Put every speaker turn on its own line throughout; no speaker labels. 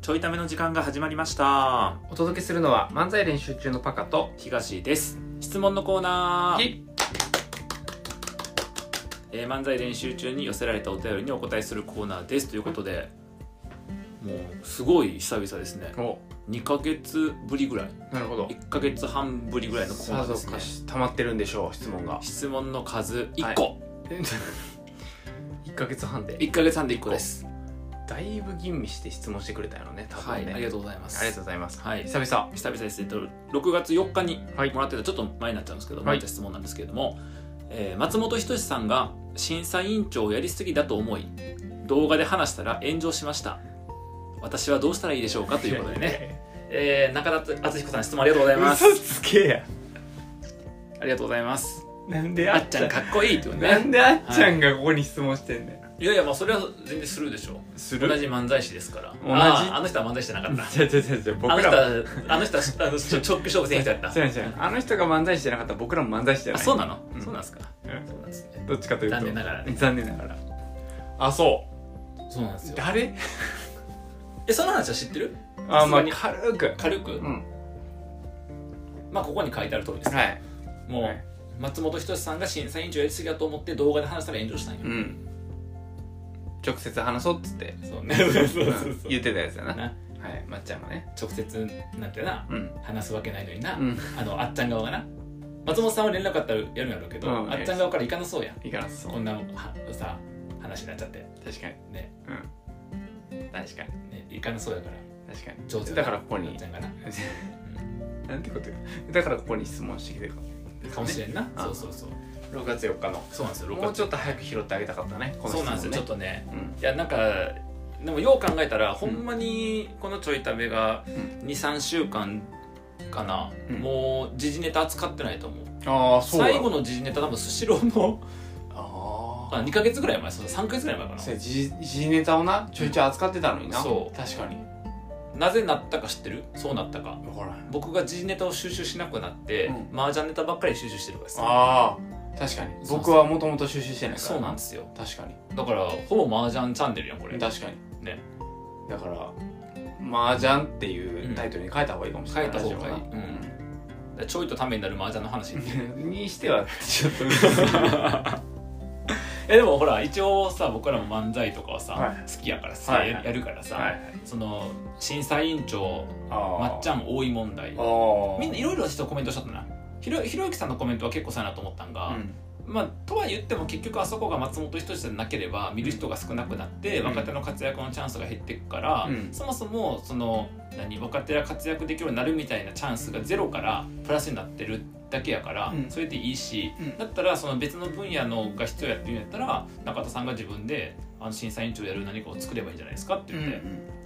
ちょいための時間が始まりました
お届けするのは漫才練習中のパカと
東です質問のコーナー、
キ
えー漫才練習中に寄せられたお便りにお答えするコーナーですということでもうすごい久々ですね
お
2ヶ月ぶりぐらい
なるほど
1ヶ月半ぶりぐらいのコーナ
さ
ーで
ぞか
すね
し溜まってるんでしょう質問が
質問の数1個、
1ヶ月半で
1ヶ月半で1個です
だいぶ吟味して質問してくれたよね多
は
分
い
ね、
ありがとうございます
ありがとうございます、
はい
久々
久々です、えっと、6月4日に
はい
もらってたちょっと前になっちゃうんですけど、
はい
もらった質問なんですけれども、えー松本人志さんが審査委員長をやりすぎだと思い動画で話したら炎上しました私はどうしたらいいでしょうかということでね、えー中田敦彦さん質問ありがとうございます
嘘つけや
ありがとうございます
なんで
あ
あ
っ
っ
ち
ち
ゃ
ゃ
ん
ん
かっこいいってこと
なん
ね
であっちゃんがここに質問してんだよ、
いやいやまあそれは全然スルーでしょ
す
同じ漫才師ですから
同じ
あーあの人は漫才師じゃなかった
じゃじゃじゃじゃ僕
あの人
らも
はあの人はあのちょ直球勝負選手だった
違う違うあの人が漫才師じゃなかったら僕らも漫才師じゃ
あ
ない
そうなの、
うん
そうなんですか
うん
そうなんですね
どっちかというと
残念ながらね
残念ながらあそ
そうなんです
う
よ
誰
えその話は知ってる
あ
さ
まあ
すがに
軽く
軽く、
うん
まあここに書いてある通りです、
はい
もう、
はい
松本人志さんが審査委員長やりすぎだと思って動画で話したら炎上したんよ、
うん直接話そうっつって
そう ねそうそうそうそう
うん言ってたやつだな
な
はいまっちゃんもね
直接なんてな
うん
話すわけないのにな、
うん
あのあっちゃん側がな松本さんは連絡あったらやるんやろうけど、
うん
あっちゃん側からいかなそうやん
いいからそう
こんなはさ話になっちゃって
確かに
ね
うん確かに
ねいかなそうやから
確かに
上手
だからここ
あっ
に
ちゃんがな
なんてことよだからここに質問してきてる
かもしれんな、
あ
そうそうそう
6月4日の
そうなんですよ
もう
6
ちょっと早く拾ってあげたかったねこの質
そう
問
なんですよ
ね
ちょっとね
うん
いやなんかでもよう考えたらほんまにこのちょい食べが23週間かな、
うん
もう時事ネタ扱ってないと思う
ああそうだ
最後の時事ネタ多分スシローの
ああ
あ2か月ぐらい前そう3か月ぐらい前か
そう時事ネタをなちょいちょい扱ってたのにな
そう
確かに
ななぜなったか知ってるそうなったか
分からん
僕が時事ネタを収集しなくなって、
う
麻雀ネタばっかり収集してるからさ
ああ確かに
そうそう
僕はもともと収集してないから
そうなんですよ
確かに
だからほぼ麻雀チャンネルやんこれ
確かに
ね
だから「麻雀」っていうタイトルに変えた方がいいかもしれない、
うん変えた方がいい
ラジオはな
ちょいとためになる麻雀の 話
うんにしてはちょっと薄すぎる
えでもほら一応さ僕らも漫才とかはさ、
はい
好きやからさ、
はい
ややるから さ、
はい
その審査委員長
あ
まっち
ゃ
ゃ
ん
ん多い問題
あー
みんないろいろ人コメントしちゃったなひろひろゆきさんのコメントは結構さやなと思ったんが、
うん
まあとは言っても結局あそこが松本人志じゃなければ見る人が少なくなって、
うん
若手の活躍のチャンスが減っていくから、
うん
そもそもその何若手が活躍できるようになるみたいなチャンスがゼロからプラスになってるだけやから、
うん
それでいいし、
うん
だったらその別の分野のが必要やっていうんやったら中田さんが自分であの審査委員長やる何かを作ればいいんじゃないですかって
うん
言って、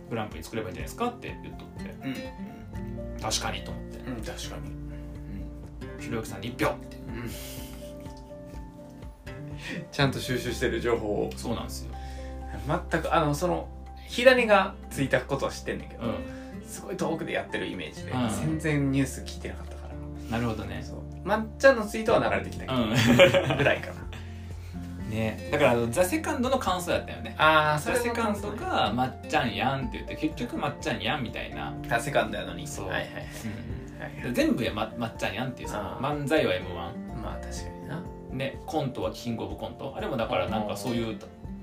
グランプリ作ればいいんじゃないですかって言っとって
うん
確かにと思って
うんうん確かに
ひろゆきさんに1票って
うんうんちゃんと収集してる情報を
そうなんですよ、
全くあのその火種がついたことは知ってんだけど、
う
すごい遠くでやってるイメージで、
うん
全然ニュース聞いてなかったから、
ん、なるほどね
そうまっちゃんのツイートは流れてきたけど、
う
ぐらいかな
んねだからあのザ・セカンドの感想やったよね
ああ
ザ・セカンドが「まっちゃんやん」って言って結局「まっちゃんやん」みたいな、
あセカンドやのに
そう
はいはいはいはい
全部やままっちゃんやん」っていうさ
あー
漫才は m 1
まあ確かにな
ねコントはキングオブコントあれもだからなんかそういう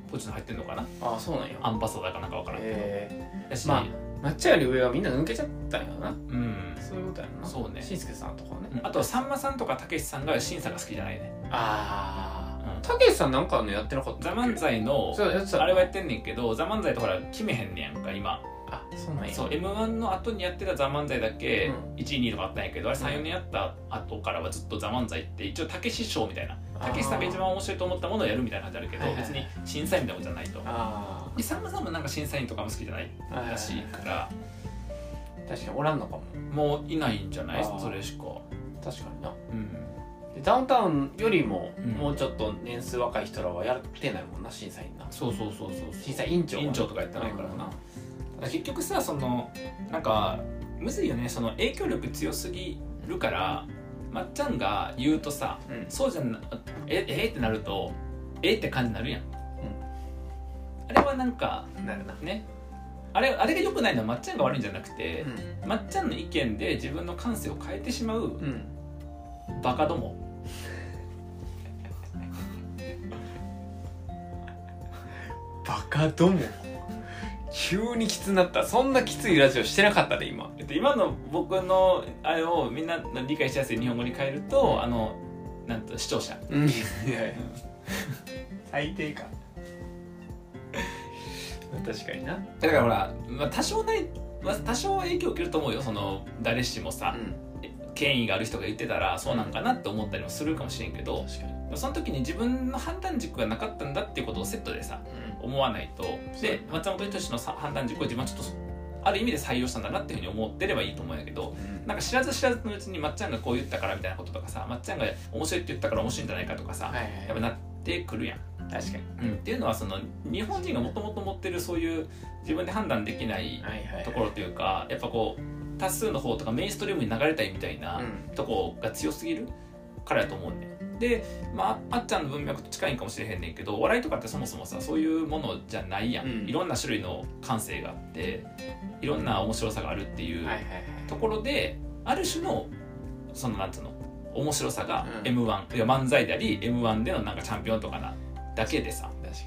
ポジション入ってんのかな
ああそうなんや
アンバサダーかなんかわからんけど、
え
やし、
まあー、まっちゃんより上はみんな抜けちゃったんやな
うん
そういうことやんな
そうね
しんすけさんとかはね、
あとはさんまさんとかたけしさんが審査が好きじゃないね
あ
うん
あたけしさんなんかのやってなかった
ザ・
っけ
漫才の
そうやってたよ
あれはやってんねんけどザ・漫才とほら決めへんねやんか今
あそうなんや
そう m 1の後にやってた「ザ・漫才」だけ
うん
1位2位とかあったんやけどあれ
うん
34年やった後からはずっと「ザ・漫才」って一応たけし賞みたいなたけしさんが一番面白いと思ったものをやるみたいな感じあるけど
はいはい
別に審査員みたいなことじゃないと
あ
でさんまさんもなんか審査員とかも好きじゃない
ーあ
らしい
ー
から
確かにおらんのかも
もういないんじゃない
あー
それしか
確かにな
うん
でダウンタウンよりも、
うん
もうちょっと年数若い人らはやってないもんな審査員な
そうそうそうそう
審査委員長は
委員長とかやってないからなだから結局さそのなんかむずいよねその影響力強すぎるからまっちゃんが言うとさ
うん
そうじゃなええってなるとえって感じになるやん、あれはなんか
なるな
ねあれあれが良くないのはまっちゃんが悪いんじゃなくて、
う
まっちゃんの意見で自分の感性を変えてしまうん
うん
バカども
バカども急にきつになったそんなきついラジオしてなかったで今
えっと今の僕のあれをみんなの理解しやすい日本語に変えると、あのなんと視聴者
うんいやいや最低か 確かにな
だからほら、まあ、多少なり、まあ、多少は影響を受けると思うよその誰しもさ、権威がある人が言ってたらそうなんかなって思ったりもするかもしれんけど
確かに
その時に自分の判断軸がなかったんだっていうことをセットでさ思わないと
そう
で松本人志のさ判断軸を自分はちょっとある意味で採用したんだなっていうふうに思ってればいいと思うんやけどなんか知らず知らずのうちにまっちゃんがこう言ったからみたいなこととかさまっちゃんが面白いって言ったから面白いんじゃないかとかさ、
はいはい
やっぱなってくるやん。
確かに
うん、っていうのはその日本人がもともと持ってるそういう自分で判断できない
はいはい
ところというかやっぱこう多数の方とかメインストリームに流れたいみたいな、とこが強すぎるからやと思うねんで、まあ、あっちゃんの文脈と近いんかもしれへんねんけどお笑いとかってそもそもさそういうものじゃないやん、
うん
いろんな種類の感性があっていろんな面白さがあるっていう
はいはいはい
ところで、ある種のそのなんつうの面白さが
うん
m 1、いや漫才であり m 1でのなんかチャンピオンとかなだけでさ
確か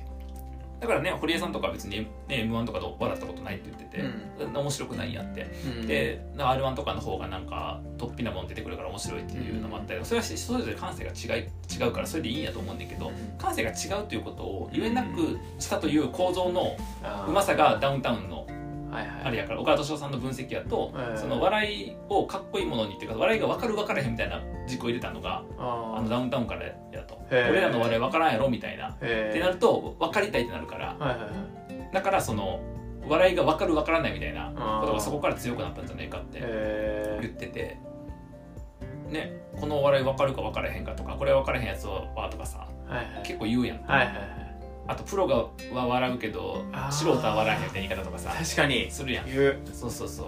だからね堀江さんとか別に、ね、m 1とかで笑ったことないって言ってて、面白くないんやって
に
で r 1とかの方がなんか突飛なもの出てくるから面白いっていうのもあったり、それはそれぞれ感性が違い違うからそれでいいんやと思うんだけど感性が違うということを言えなくしたという構造のうま
さ
さがダウンタウンの
はいはい
あれやから岡田敏夫さんの分析やと、
うん
その笑いをかっこいいものにっていうか笑いが分かる分からへんみたいな軸を入れたのがあ
あ
の
ー
ダウンタウンからやと
へー
俺らの笑い分からんやろみたいな。
へー
ってなると分かりたいってなるから
はいはいはい
だからその笑いが分かる分からないみたいなこと
あー
がそこから強くなったんじゃないかって
へ
言ってて、ね、このお笑い分かるか分からへんかとかこれ分からへんやつはとかさ
ーはいはい
結構言うやん
はいはいはい
あとプロがは笑うけど
あー
素人は笑えへんみたいな言い方とかさ
確かに
するやん
言
そうそうそう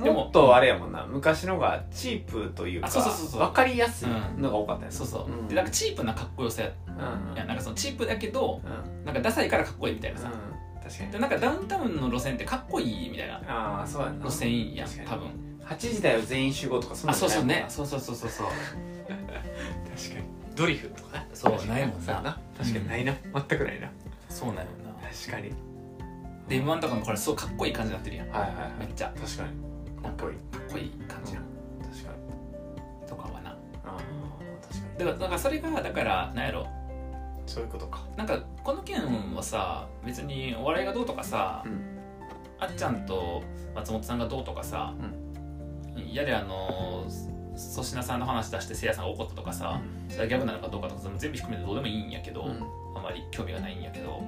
う
でも
もっとあれやもんな昔のがチープというか
あそうそうそうそう
分かりやすいのが多かったやつ
そうそう、
ん
でなんかチープなかっこよさや
うんうん
やんなんかそのチープだけど
うん
なんかダサいからかっこいいみたいなさ、
うん確かに
でなんかダウンタウンの路線ってかっこいいみたいな
ああそうやんな
路線やん
確かに
多分
8時だよ全員集合とかそん
あ
なん
そうそうね
ないもんな
そうそうそうそうそう
確かにドリフとか
そうないもん
そうや
な
な確かにないな全くないな
そうなんよな
確かに
で m 1とかもこれすごいかっこいい感じになってるやん
はいはいは
め
い
っちゃ
確かに
な
か
ん
っ
かか
こいい
っこいい感じやん
確かに
とかはな
ああ確か
だ
に
からなんかそれがだからなんやろ
そういうことか
なんかこの件はさ別にお笑いがどうとかさ、
うん
あっちゃんと松本さんがどうとかさ、やであの粗品さんの話出してせいやさんが怒ったとかさ、それはギャグなのかどうかとかそれも全部含めてどうでもいいんやけど、
うん
あまり興味がないんやけど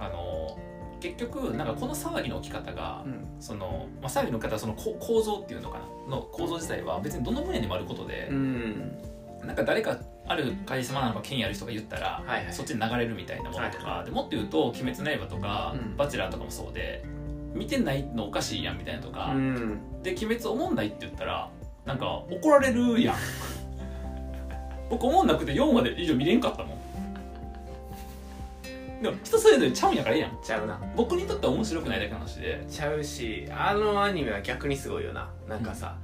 あの結局なんかこの騒ぎの起き方が、
うん
その、まあ、騒ぎの起き方はそのこ構造っていうのかなの構造自体は別にどの分野にもあることで
う、ん
なんか誰かあるカリスマなのか権威ある人が言ったら、
はいはい
そっちに流れるみたいなものとか、
はいは
でもっと言うと「鬼滅の刃」とか「
うん
バチェラー」とかもそうで見てないのおかしいやんみたいなとか、
うん
で「鬼滅おもんない」って言ったらなんか怒られる やん僕おもんなくて4まで以上見れんかったもんでも人それぞれちゃうんやからええやん
ちゃうな
僕にとっては面白くないだけの話で
ちゃうしあのアニメは逆にすごいよななんかさ、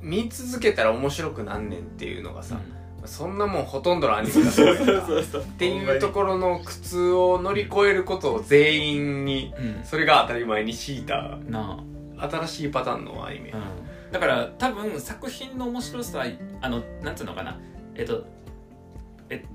見続けたら面白くなんねんっていうのがさ、そんなもんほとんどのアニメだと思うよなっ
そうって
いうところの苦痛を乗り越えることを全員に
うん
それが当たり前に敷いた
なあ
新しいパターンのアニメ、
うんだから多分作品の面白さあのなんつうのかなえっとえっと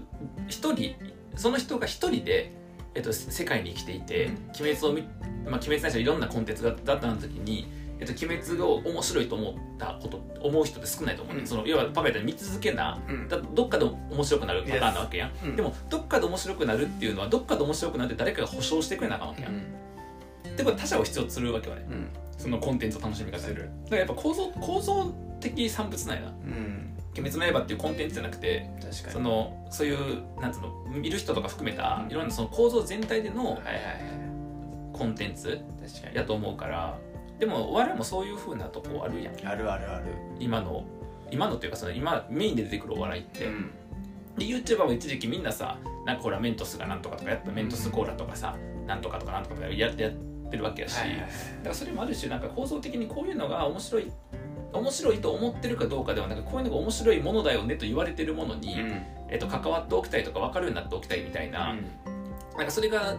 一人その人が一人で、えっと、せ世界に生きていて、
うん
鬼滅を見、まあ、鬼滅ないしはいろんなコンテンツがだった時に、えっと、鬼滅を面白いと思ったこと思う人って少ないと思うね、
うん
その要はパペで見続けな
うん
だどっかで面白くなるパターンなわけやん、
うん
でもどっかで面白くなるっていうのはどっかで面白くなるって誰かが保証してくれなあかんわ
う
け
ん
やん、ってことは他者を必要とするわけはね
うん
そのコンテンツの楽しみ方
す
で
る
だからやっぱ構造構造的産物ないな
うん
「鬼滅の刃」っていうコンテンツじゃなくて
確か
そ
に
のそういうなんつうの見る人とか含めた
うん
いろんなその構造全体での
はいはいは
コンテンツ
い確かに
やと思うからでも我々もそういうふうなとこあるやん
あるあるある
今の今のというかその今メインで出てくるお笑いって、
うん
で YouTuber も一時期みんなさなんかほらメントスがなんとかとかやったメントスコーラとかさなんとかとかなんとかとかやってやっってるわけやし、
はいはい
だ
はい
からそれもある種なんか構造的にこういうのが面白い面白いと思ってるかどうかではなくこういうのが面白いものだよねと言われてるものに、えっと、関わっておきたいとか分かるようになっておきたいみたいな,、なんかそれが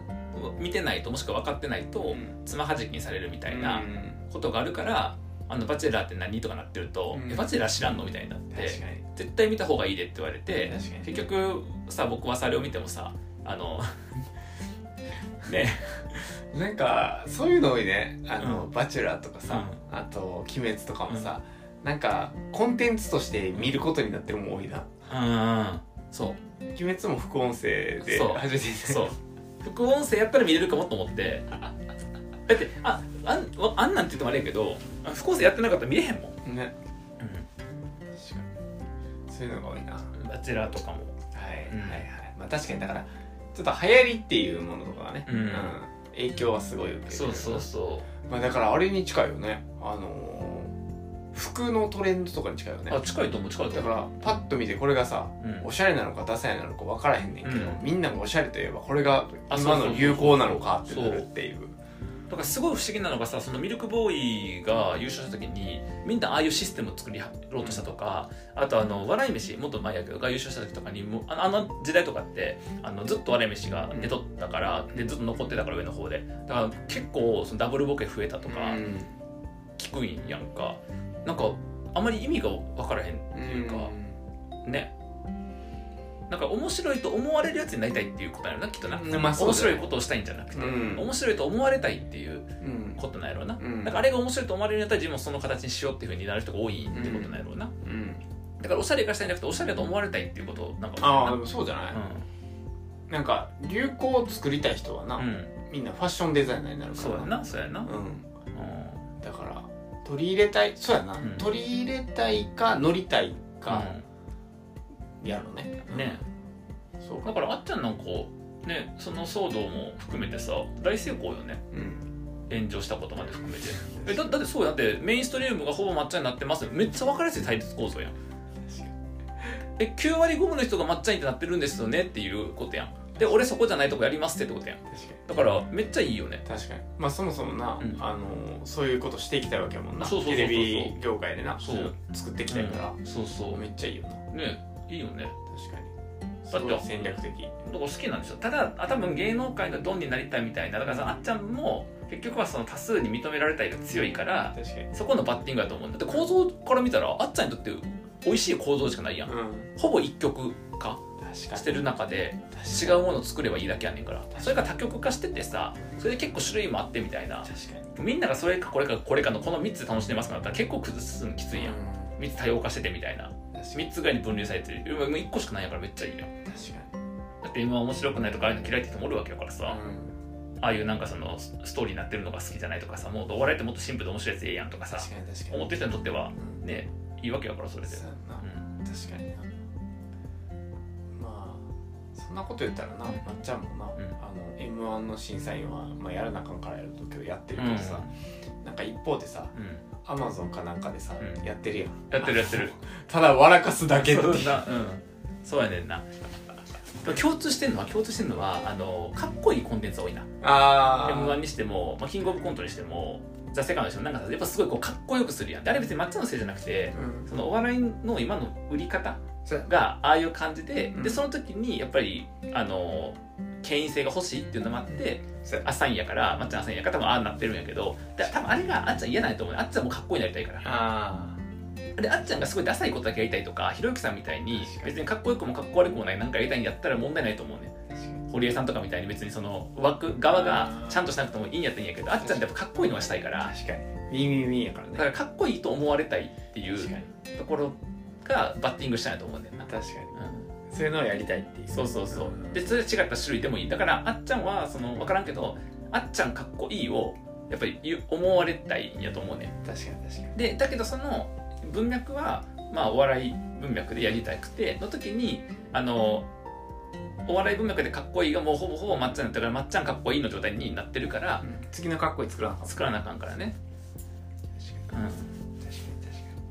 見てないともしくは分かってないとつまはじきにされるみたいなことがあるから「あのバチェラーって何?」とかなってると「
うん
えバチェラー知らんの?」みたいになって
確かに
絶対見た方がいいでって言われて
確かに
結局さ僕はそれを見てもさあ のね
なんかそういうの多いね「あの
うん
バチェラー」とかさ、あと「鬼滅」とかもさ、なんかコンテンツとして見ることになってるもん多いな
うんそう
「鬼滅」も副音声で
そう
初めて
そう副音声やったら見れるかもと思ってだってああんわあんなんって言ってもあれやけどあ副音声やってなかったら見れへんもん、
う ね確かにそういうのが多いなはい、
バチェラーとかもうん
はいはいまあ確かにだからちょっと流行りっていうものとかがね、
うん
影響はすごい受けてる
そうそうそ
まあだからあれに近いよねあのー服のトレンドとかに近いよね
うあ近いと思う近いと
だか
思う
らパッと見てこれがさ
うん
おしゃれなのかダサいなのか分からへんねんけど、
うん
みんながおしゃれといえばこれが
あ
今
そうそうそう
の
そう
流行なのかってなるっていう
だからすごい不思議なのがさそのミルクボーイが優勝した時にみんなああいうシステムを作りろうとしたとかあとあの笑い飯もっと前やけどが優勝した時とかにもうあのあの時代とかってあのずっと笑い飯が出とったからでずっと残ってたから上の方でだから結構そのダブルボケ増えたと
と
か聞くんやんかなんかあまり意味が分からへんっていうかねなんか面白いと思われるやつになりたいっていうことなのなきっとな
うんまあそうだね
面白いことをしたいんじゃなくて
うん
面白いと思われたいっていう
うん
ことなんやろうな、
うん
だからあれが面白いと思われるんやったら自分もその形にしようっていうふうになる人が多いってことなんやろうな、
うん
だからおしゃれがしたいんじゃなくておしゃれだと思われたいっていうことなんか
ああで
も
もそうじゃない、
う
なんか流行を作りたい人はな、
ん、うん、
みんなファッションデザイナーになるから
そうやなそうやな、
うん
うん
だから取り入れたいそうやな、
ん
取り入れたいか乗りたいかやろうね、
うんね
そう
だ
か
からあっちゃんなんかねその騒動も含めてさ大成功よね
うん
炎上したことまで含めて えだだってそうやだってメインストリームがほぼ抹茶になってますめっちゃ分かりやすい対立構造やんえ9割5分の人が抹茶にってなってるんですよねっていうことやんで俺そこじゃないとこやりますってってことやん
確かに
だからめっちゃいいよね
確かにまあそもそもな、
うん
あのそういうことしていきたいわけやもんな
そうそうそうそう
テレビ業界でな
そう
いの作っていきたいから、
うんそうそ
めっちゃいいよな
うねいいよね
確かに
て
すごい戦略的
だから好きなんですよただあ多分芸能界のドンになりたいみたいなだからさあっちゃんも結局はその多数に認められたいが強いから
確かに
そこのバッティングだと思うんだだって構造から見たらあっちゃんにとって美味しい構造しかないやん
うん
ほぼ一極化
確かに
してる中で違
う
うものを作ればいいだけやねんからそれが多極化しててさそれで結構種類もあってみたいな
確か
みんながそれかこれかこれかのこの3つで楽しんでますかだったら結構崩すのきつ
に
いやん
う
3つ多様化しててみたいな
確かに
3つぐらいに分類されてるもう1個しかないやからめっちゃいいやん
確か
だって今面白くないとかああいうの嫌いって人もおるわけやからさ
に、うん
ああいうなんかそのスストーリーになってるのが好きじゃないとかさもうお笑いってもっとシンプルで面白いやつええやんとかさ
確かに確かに
思ってる人にとっては
うん
ねいいわけやからそれで
そうやな
うん
確かになまあそんなこと言ったらなまっちゃんもな、
ん
あの m 1の審査員は、まあ、やらなあかんからやるとけどやってるけどさ、なんか一方でさ
うん
アマゾンかなんかでさ、
うん
やってるやん
やってるやってる
ただ笑かすだけって
そうだうんそうやねんなでも共通してんのは共通してんのはあのかっこいいコンテンツが多いな
あ
m 1
ー
にしても、まあ、キングオブコントにしても「ザ・セカンドにしてもなんかさやっぱすごいこうかっこよくするやんであれ別に抹茶のせいじゃなくて
うん
そのお笑いの今の売り方
そうや
がああいう感じで、
うん
でその時にやっぱりあの権威性が欲しいっていうのもあって
そうや
アサインやからまっちゃんアサインやから多分ああなってるんやけどだ多分あれがあっちゃん嫌ないと思うねあっちゃんもかっこいいなりたいから
あ
であっちゃんがすごいダサいことだけやりたいとかひろゆきさんみたいに
確かに
別にかっこよくもかっこ悪くもないなんかやりたいんやったら問題ないと思うね
ー確かに
堀江さんとかみたいに別にその枠側がちゃんとしなくてもいいんやったらいいんやけどあっちゃんってやっぱかっこいいのはしたいから
確かにミーミーミーやから
だ
ね
からかっこいいと思われたいってい
確か
う
に
ところがバッティングしたいと思うんだよな、
確かに
うん
そういうのをやりたいっていう
そうそうそ
ん
うでそれ違った種類でもいいだからあっちゃんはその分からんけどあっちゃんかっこいいをやっぱり言う思われたいんやと思うね
確かに確かに
でだけどその文脈はまあお笑い文脈でやりたくての時にあのお笑い文脈でかっこいいがもうほぼほぼまっちゃんだったからまっちゃんかっこいいの状態になってるから
うん次のかっこいい作らなあかった
作らなあかんからね
確
う
か
ん
に確かに確かに確かに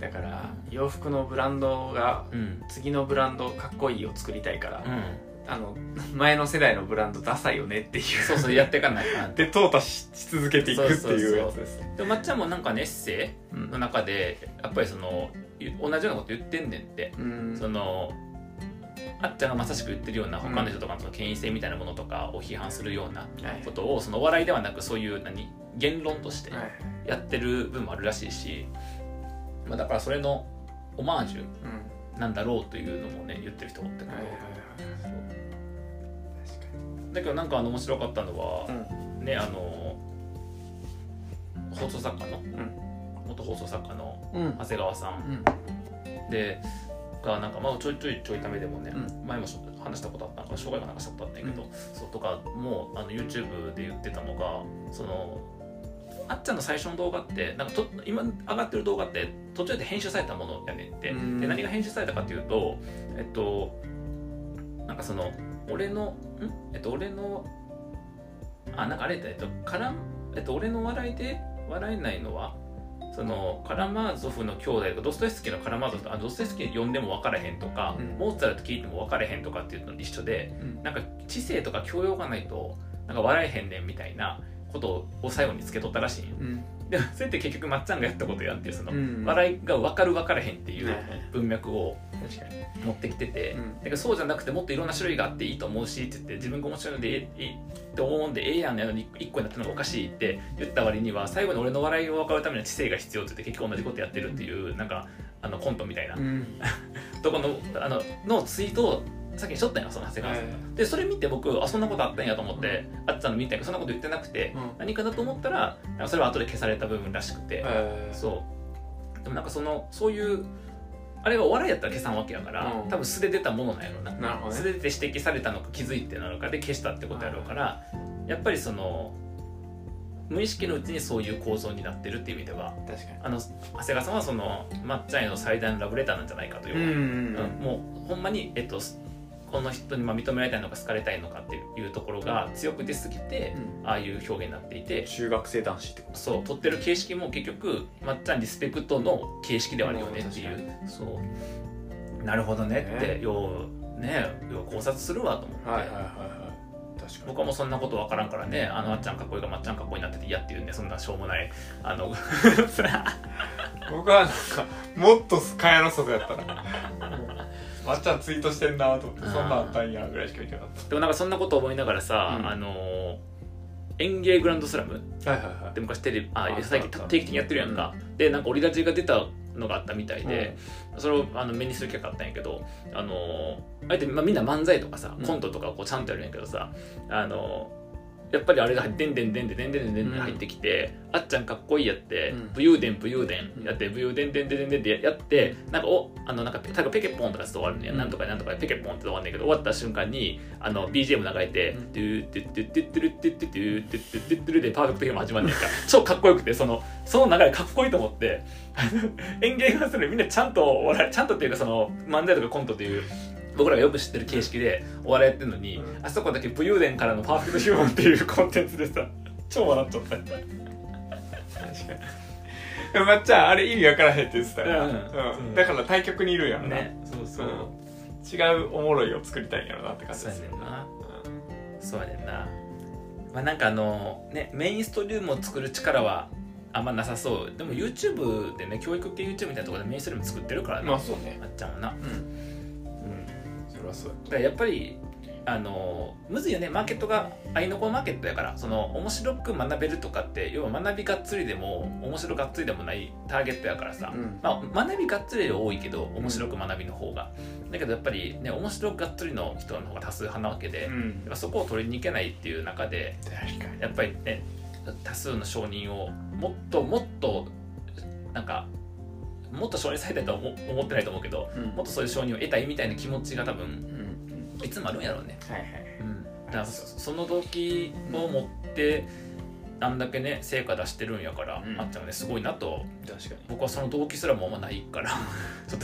なだから洋服のブランドが
うん
次のブランドかっこいいを作りたいから、
うん
あの前の世代のブランドダサいよねっていう
そうそうやっていかないかなって
で淘汰しし続けていくっていうやつです
でもまっちゃんもなんかねエッセ
う
イの
ん
中でやっぱりそのい同じようなこと言ってんねんって
うん
そのあっちゃんがまさしく言ってるような他の人とかのその権威性みたいなものとかを批判するような
はい
ことをそのお笑いではなくそういう何言論として
はい
やってる部分もあるらしいし、まあ、だからそれのオマージュ
うん
なんだろうというのもね言ってる人もおって
はいはいはい
そう
確か
だけどなんかあの面白かったのは
に、
ねあの放送作家の、元放送作家の
うんうん
長谷川さんでがなんかまあちょいちょいちょいためでもね、
うん
前もし話したことあったのか障害がなんかしたことあったんやけど、そうとかもうあの YouTube で言ってたのがそのあっちゃんの最初の動画ってなんかと今上がってる動画って途中で編集されたものやねんって、
うん
で何が編集されたかっていうとえっとなんかその俺のんえっと俺のあなんかあれだえっとからんえっと俺の笑いで笑えないのはそのカラマーゾフの兄弟がドストエフスキーのカラマーゾフとあドストエフスキー読んでも分からへんとか、
うん
モーツァルト聞いても分からへんとかっていうのと一緒で
うん
なんか知性とか教養がないとなんか笑えへんねんみたいなことを最後につけとったらしいんよ
うん
でもそれって結局まっちゃんがやったことやんっていうその、
うん
笑いが分かる分からへんっていう
はいはい
文脈を
確かに
持ってきてて、
うん
だからそうじゃなくてもっといろんな種類があっていいと思うしって言って自分が面白いのでえええって思うんでええやんのよ1個になったのがおかしいって言った割には最後に俺の笑いを分かるための知性が必要って言って結局同じことやってるっていうなんかあのコントみたいな
うん
とこのあののツイートを先にしとったんよその長谷川さんが。でそれ見て僕あそんなことあったんやと思って、あっちゃんの見たけどそんなこと言ってなくて、
うん
何かだと思ったらなんかそれは後で消された部分らしくて。
えー
そうでもなんかそのそういうあれがお笑いやったら消さんわけやから、
うん
多分素で出たものなんやろな
なるほど
素
ね
で出て指摘されたのか気づいてなのかで消したってことやろうから、やっぱりその無意識のうちにそういう構造になってるっていう意味では
確かに
あの長谷川さんはそのまっちゃんへの最大のラブレターなんじゃないかというう、
ん
うんもうほんまに、えっと、この人にまあ認められたいのか好かれたいのかっていうところが強く出すぎて、ああいう表現になっていて
中学生男子ってこ
そう取ってる形式も結局まっちゃんリスペクトの形式ではあるよねってい
うん確
うそうなるほどねって、
ね
ようねよう考察するわと思って、
とはいはいはいはい確かに
僕はもうそんなことわからんからねあのあっちゃんかっこいいがまっちゃんかっこいいになってて嫌っていうねそんなしょうもないあ の
僕はなんかもっと蚊帳の外やった なまっちゃんツイートしてんなと思ってそんなんあったんやぐらいしか見てなかっ
でもなんかそんなこと思いながらさ、
うん
あの園芸グランドスラム
たはいはいは
で昔テレビ
あ
あ
った
最近
あった
定期的にやってるやんか、でなんかオリラジが出たのがあったみたいで、それをあの目にする機会があったんやけどあのーあえて、まあ、みんな漫才とかさ
うん
コントとかをこうちゃんとやるんやけどさあのーやっぱりあれがでんでんでんでんでんでんでんでん入ってきて、あっちゃんかっこいいやって、
うん
武勇伝武勇伝やって武勇伝でんでんでんでんでやってなんかおあのなんかペなんかペケポンとかして終わるね、
うん
なんとかなんとかペケポンって終わるんだけど終わった瞬間にあの BGM 流れて
うん
「ドゥーテッテッテッテルテッテッテッテッテッテル」でパーフェクトヒューマン始まんねんか超かっこよくてそのその流れかっこいいと思ってあの演芸がするみんなちゃんとお笑いちゃんとっていうかその漫才とかコントっていう僕らがよく知ってる形式でお笑いやってるのに、
う
あそこだけ武勇伝からのパーフェクトヒューマンっていうコンテンツでさ超笑っちゃった
確かにでもまっちゃんあれ意味わからへんって言ってたよな、
う
うんんだから対局にいるんやろな、
そう
そ
そうう、
違うおもろいを作りたいんやろなって感じ
そう
で
や
す
ね
よ
んな
うん
そうやねんなまあなんかあのねメインストリームを作る力はあんまなさそうでも YouTube でね教育系 YouTube みたいなところでメインストリーム作ってるからな、
ま
ま
あそうね
あっちゃんはな、
うん
うん、だ
それはそう
からやっぱりあのむずいよねマーケットが愛の子マーケットやからその面白く学べるとかって要は学びがっつりでも面白がっつりでもないターゲットやからさ、
やうん
まあ、学びがっつりより多いけど面白く学びの方が、だけどやっぱりね面白がっつりの人の方が多数派なわけで、やっ
うん
ぱそこを取りに行けないっていう中で
確かに
やっぱりね多数の承認をもっともっとなんかもっと承認されたいとは思思ってないと思うけど
うん
もっとそういう承認を得たいみたいな気持ちが多分
うん
いつもあるんやろうね、
はいはい
だからそその動機を持ってあんだけね成果出してるんやから、
うん
あっちゃんはねすごいなと
確か
僕はその動機すらもあんまないから ちょっ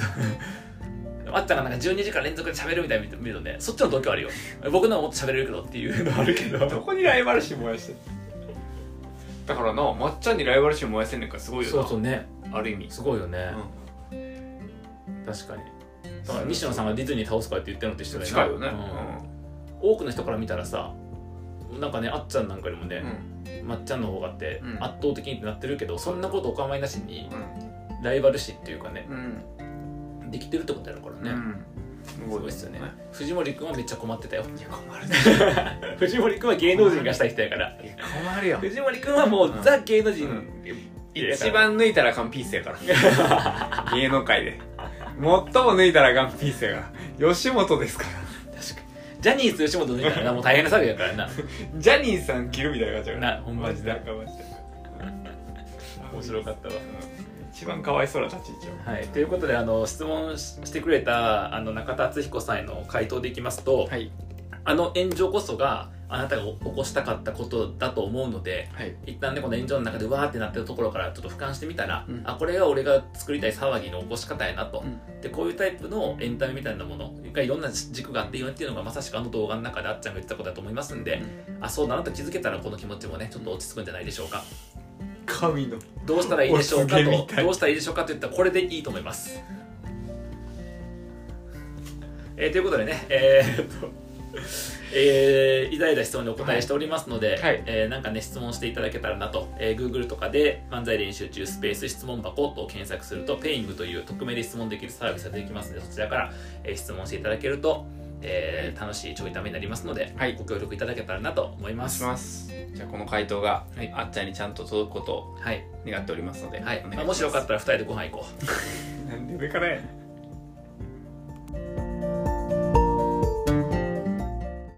とあったがなんか12時間連続で喋るみたいに見るとねそっちの度胸あるよ僕のはもっと喋れるけどっていうのはあるけど
どこにライバル心燃やしてんのだからなまっちゃんにライバル心燃やせんねんからすごいよな
うね
ある意味
すごいよね
う
確かにだから西野さんがディズニー倒すかって言ってるのと一緒
ん
だよな
近いよね
うん多くの人から見たらさなんかねあっちゃんなんかよりも
う
ね、
ん
まっちゃんの方がって
うん
圧倒的にってなってるけど、そんなことお構いなしに
うん
ライバル視っていうかね
うん
できてるってことやろからね、
す
すごいっすよね藤森くんはめっちゃ困ってたよ
いや困る
藤森くんは芸能人がしたい人やから
いや困るよ
藤森くんはもう、
うん
ザ芸能人、
うん
やから
一番抜いたらあかんピースやか ら芸能界で最も抜いたらあかんピースやから吉本ですから
確かにジャニーズ吉本抜いたらなもう大変な作業やからな
ジャニーさん切るみたいな感じやから
なほんま
マ
に
ジであかんマジで
面白かったわ
うん一番かわいそうな立ち位置よ
はい、ということであの質問ししてくれたあの中田敦彦さんへの回答でいきますと、
はい
あの炎上こそがあなたが起こしたかったことだと思うので
はい
一旦ねこの炎上の中でわーってなってるところからちょっと俯瞰してみたら、
うん
あこれが俺が作りたい騒ぎの起こし方やなと、
うん
でこういうタイプのエンタメみたいなものがいろんな軸があっていいよっていうのがまさしくあの動画の中であっちゃんが言ってたことだと思いますんで、あそうだなと気づけたらこの気持ちもねちょっと落ち着くんじゃないでしょうか
神の
どうしたらいいでしょうか
お告げみ
と
たい
どうしたらいいでしょうかといったらこれでいいと思います。えーということでね、えーっとえーいただいた質問にお答えしておりますので、
はい
えーなんかね質問していただけたらなと、えー Google とかで漫才練習中スペース質問箱と検索すると Paying という匿名で質問できるサービスができますのでそちらから、えー質問していただけると、えー楽しいちょいためになりますので、
はい
ご協力いただけたらなと思い
お願
ま
いし
す。
ますじゃあこの回答が
はい
あっちゃんにちゃんと届くことを
はい、
願っておりますので
はい
お願
まあ
い
もしよかったたら2人でご飯行こう。
なんで上からやねん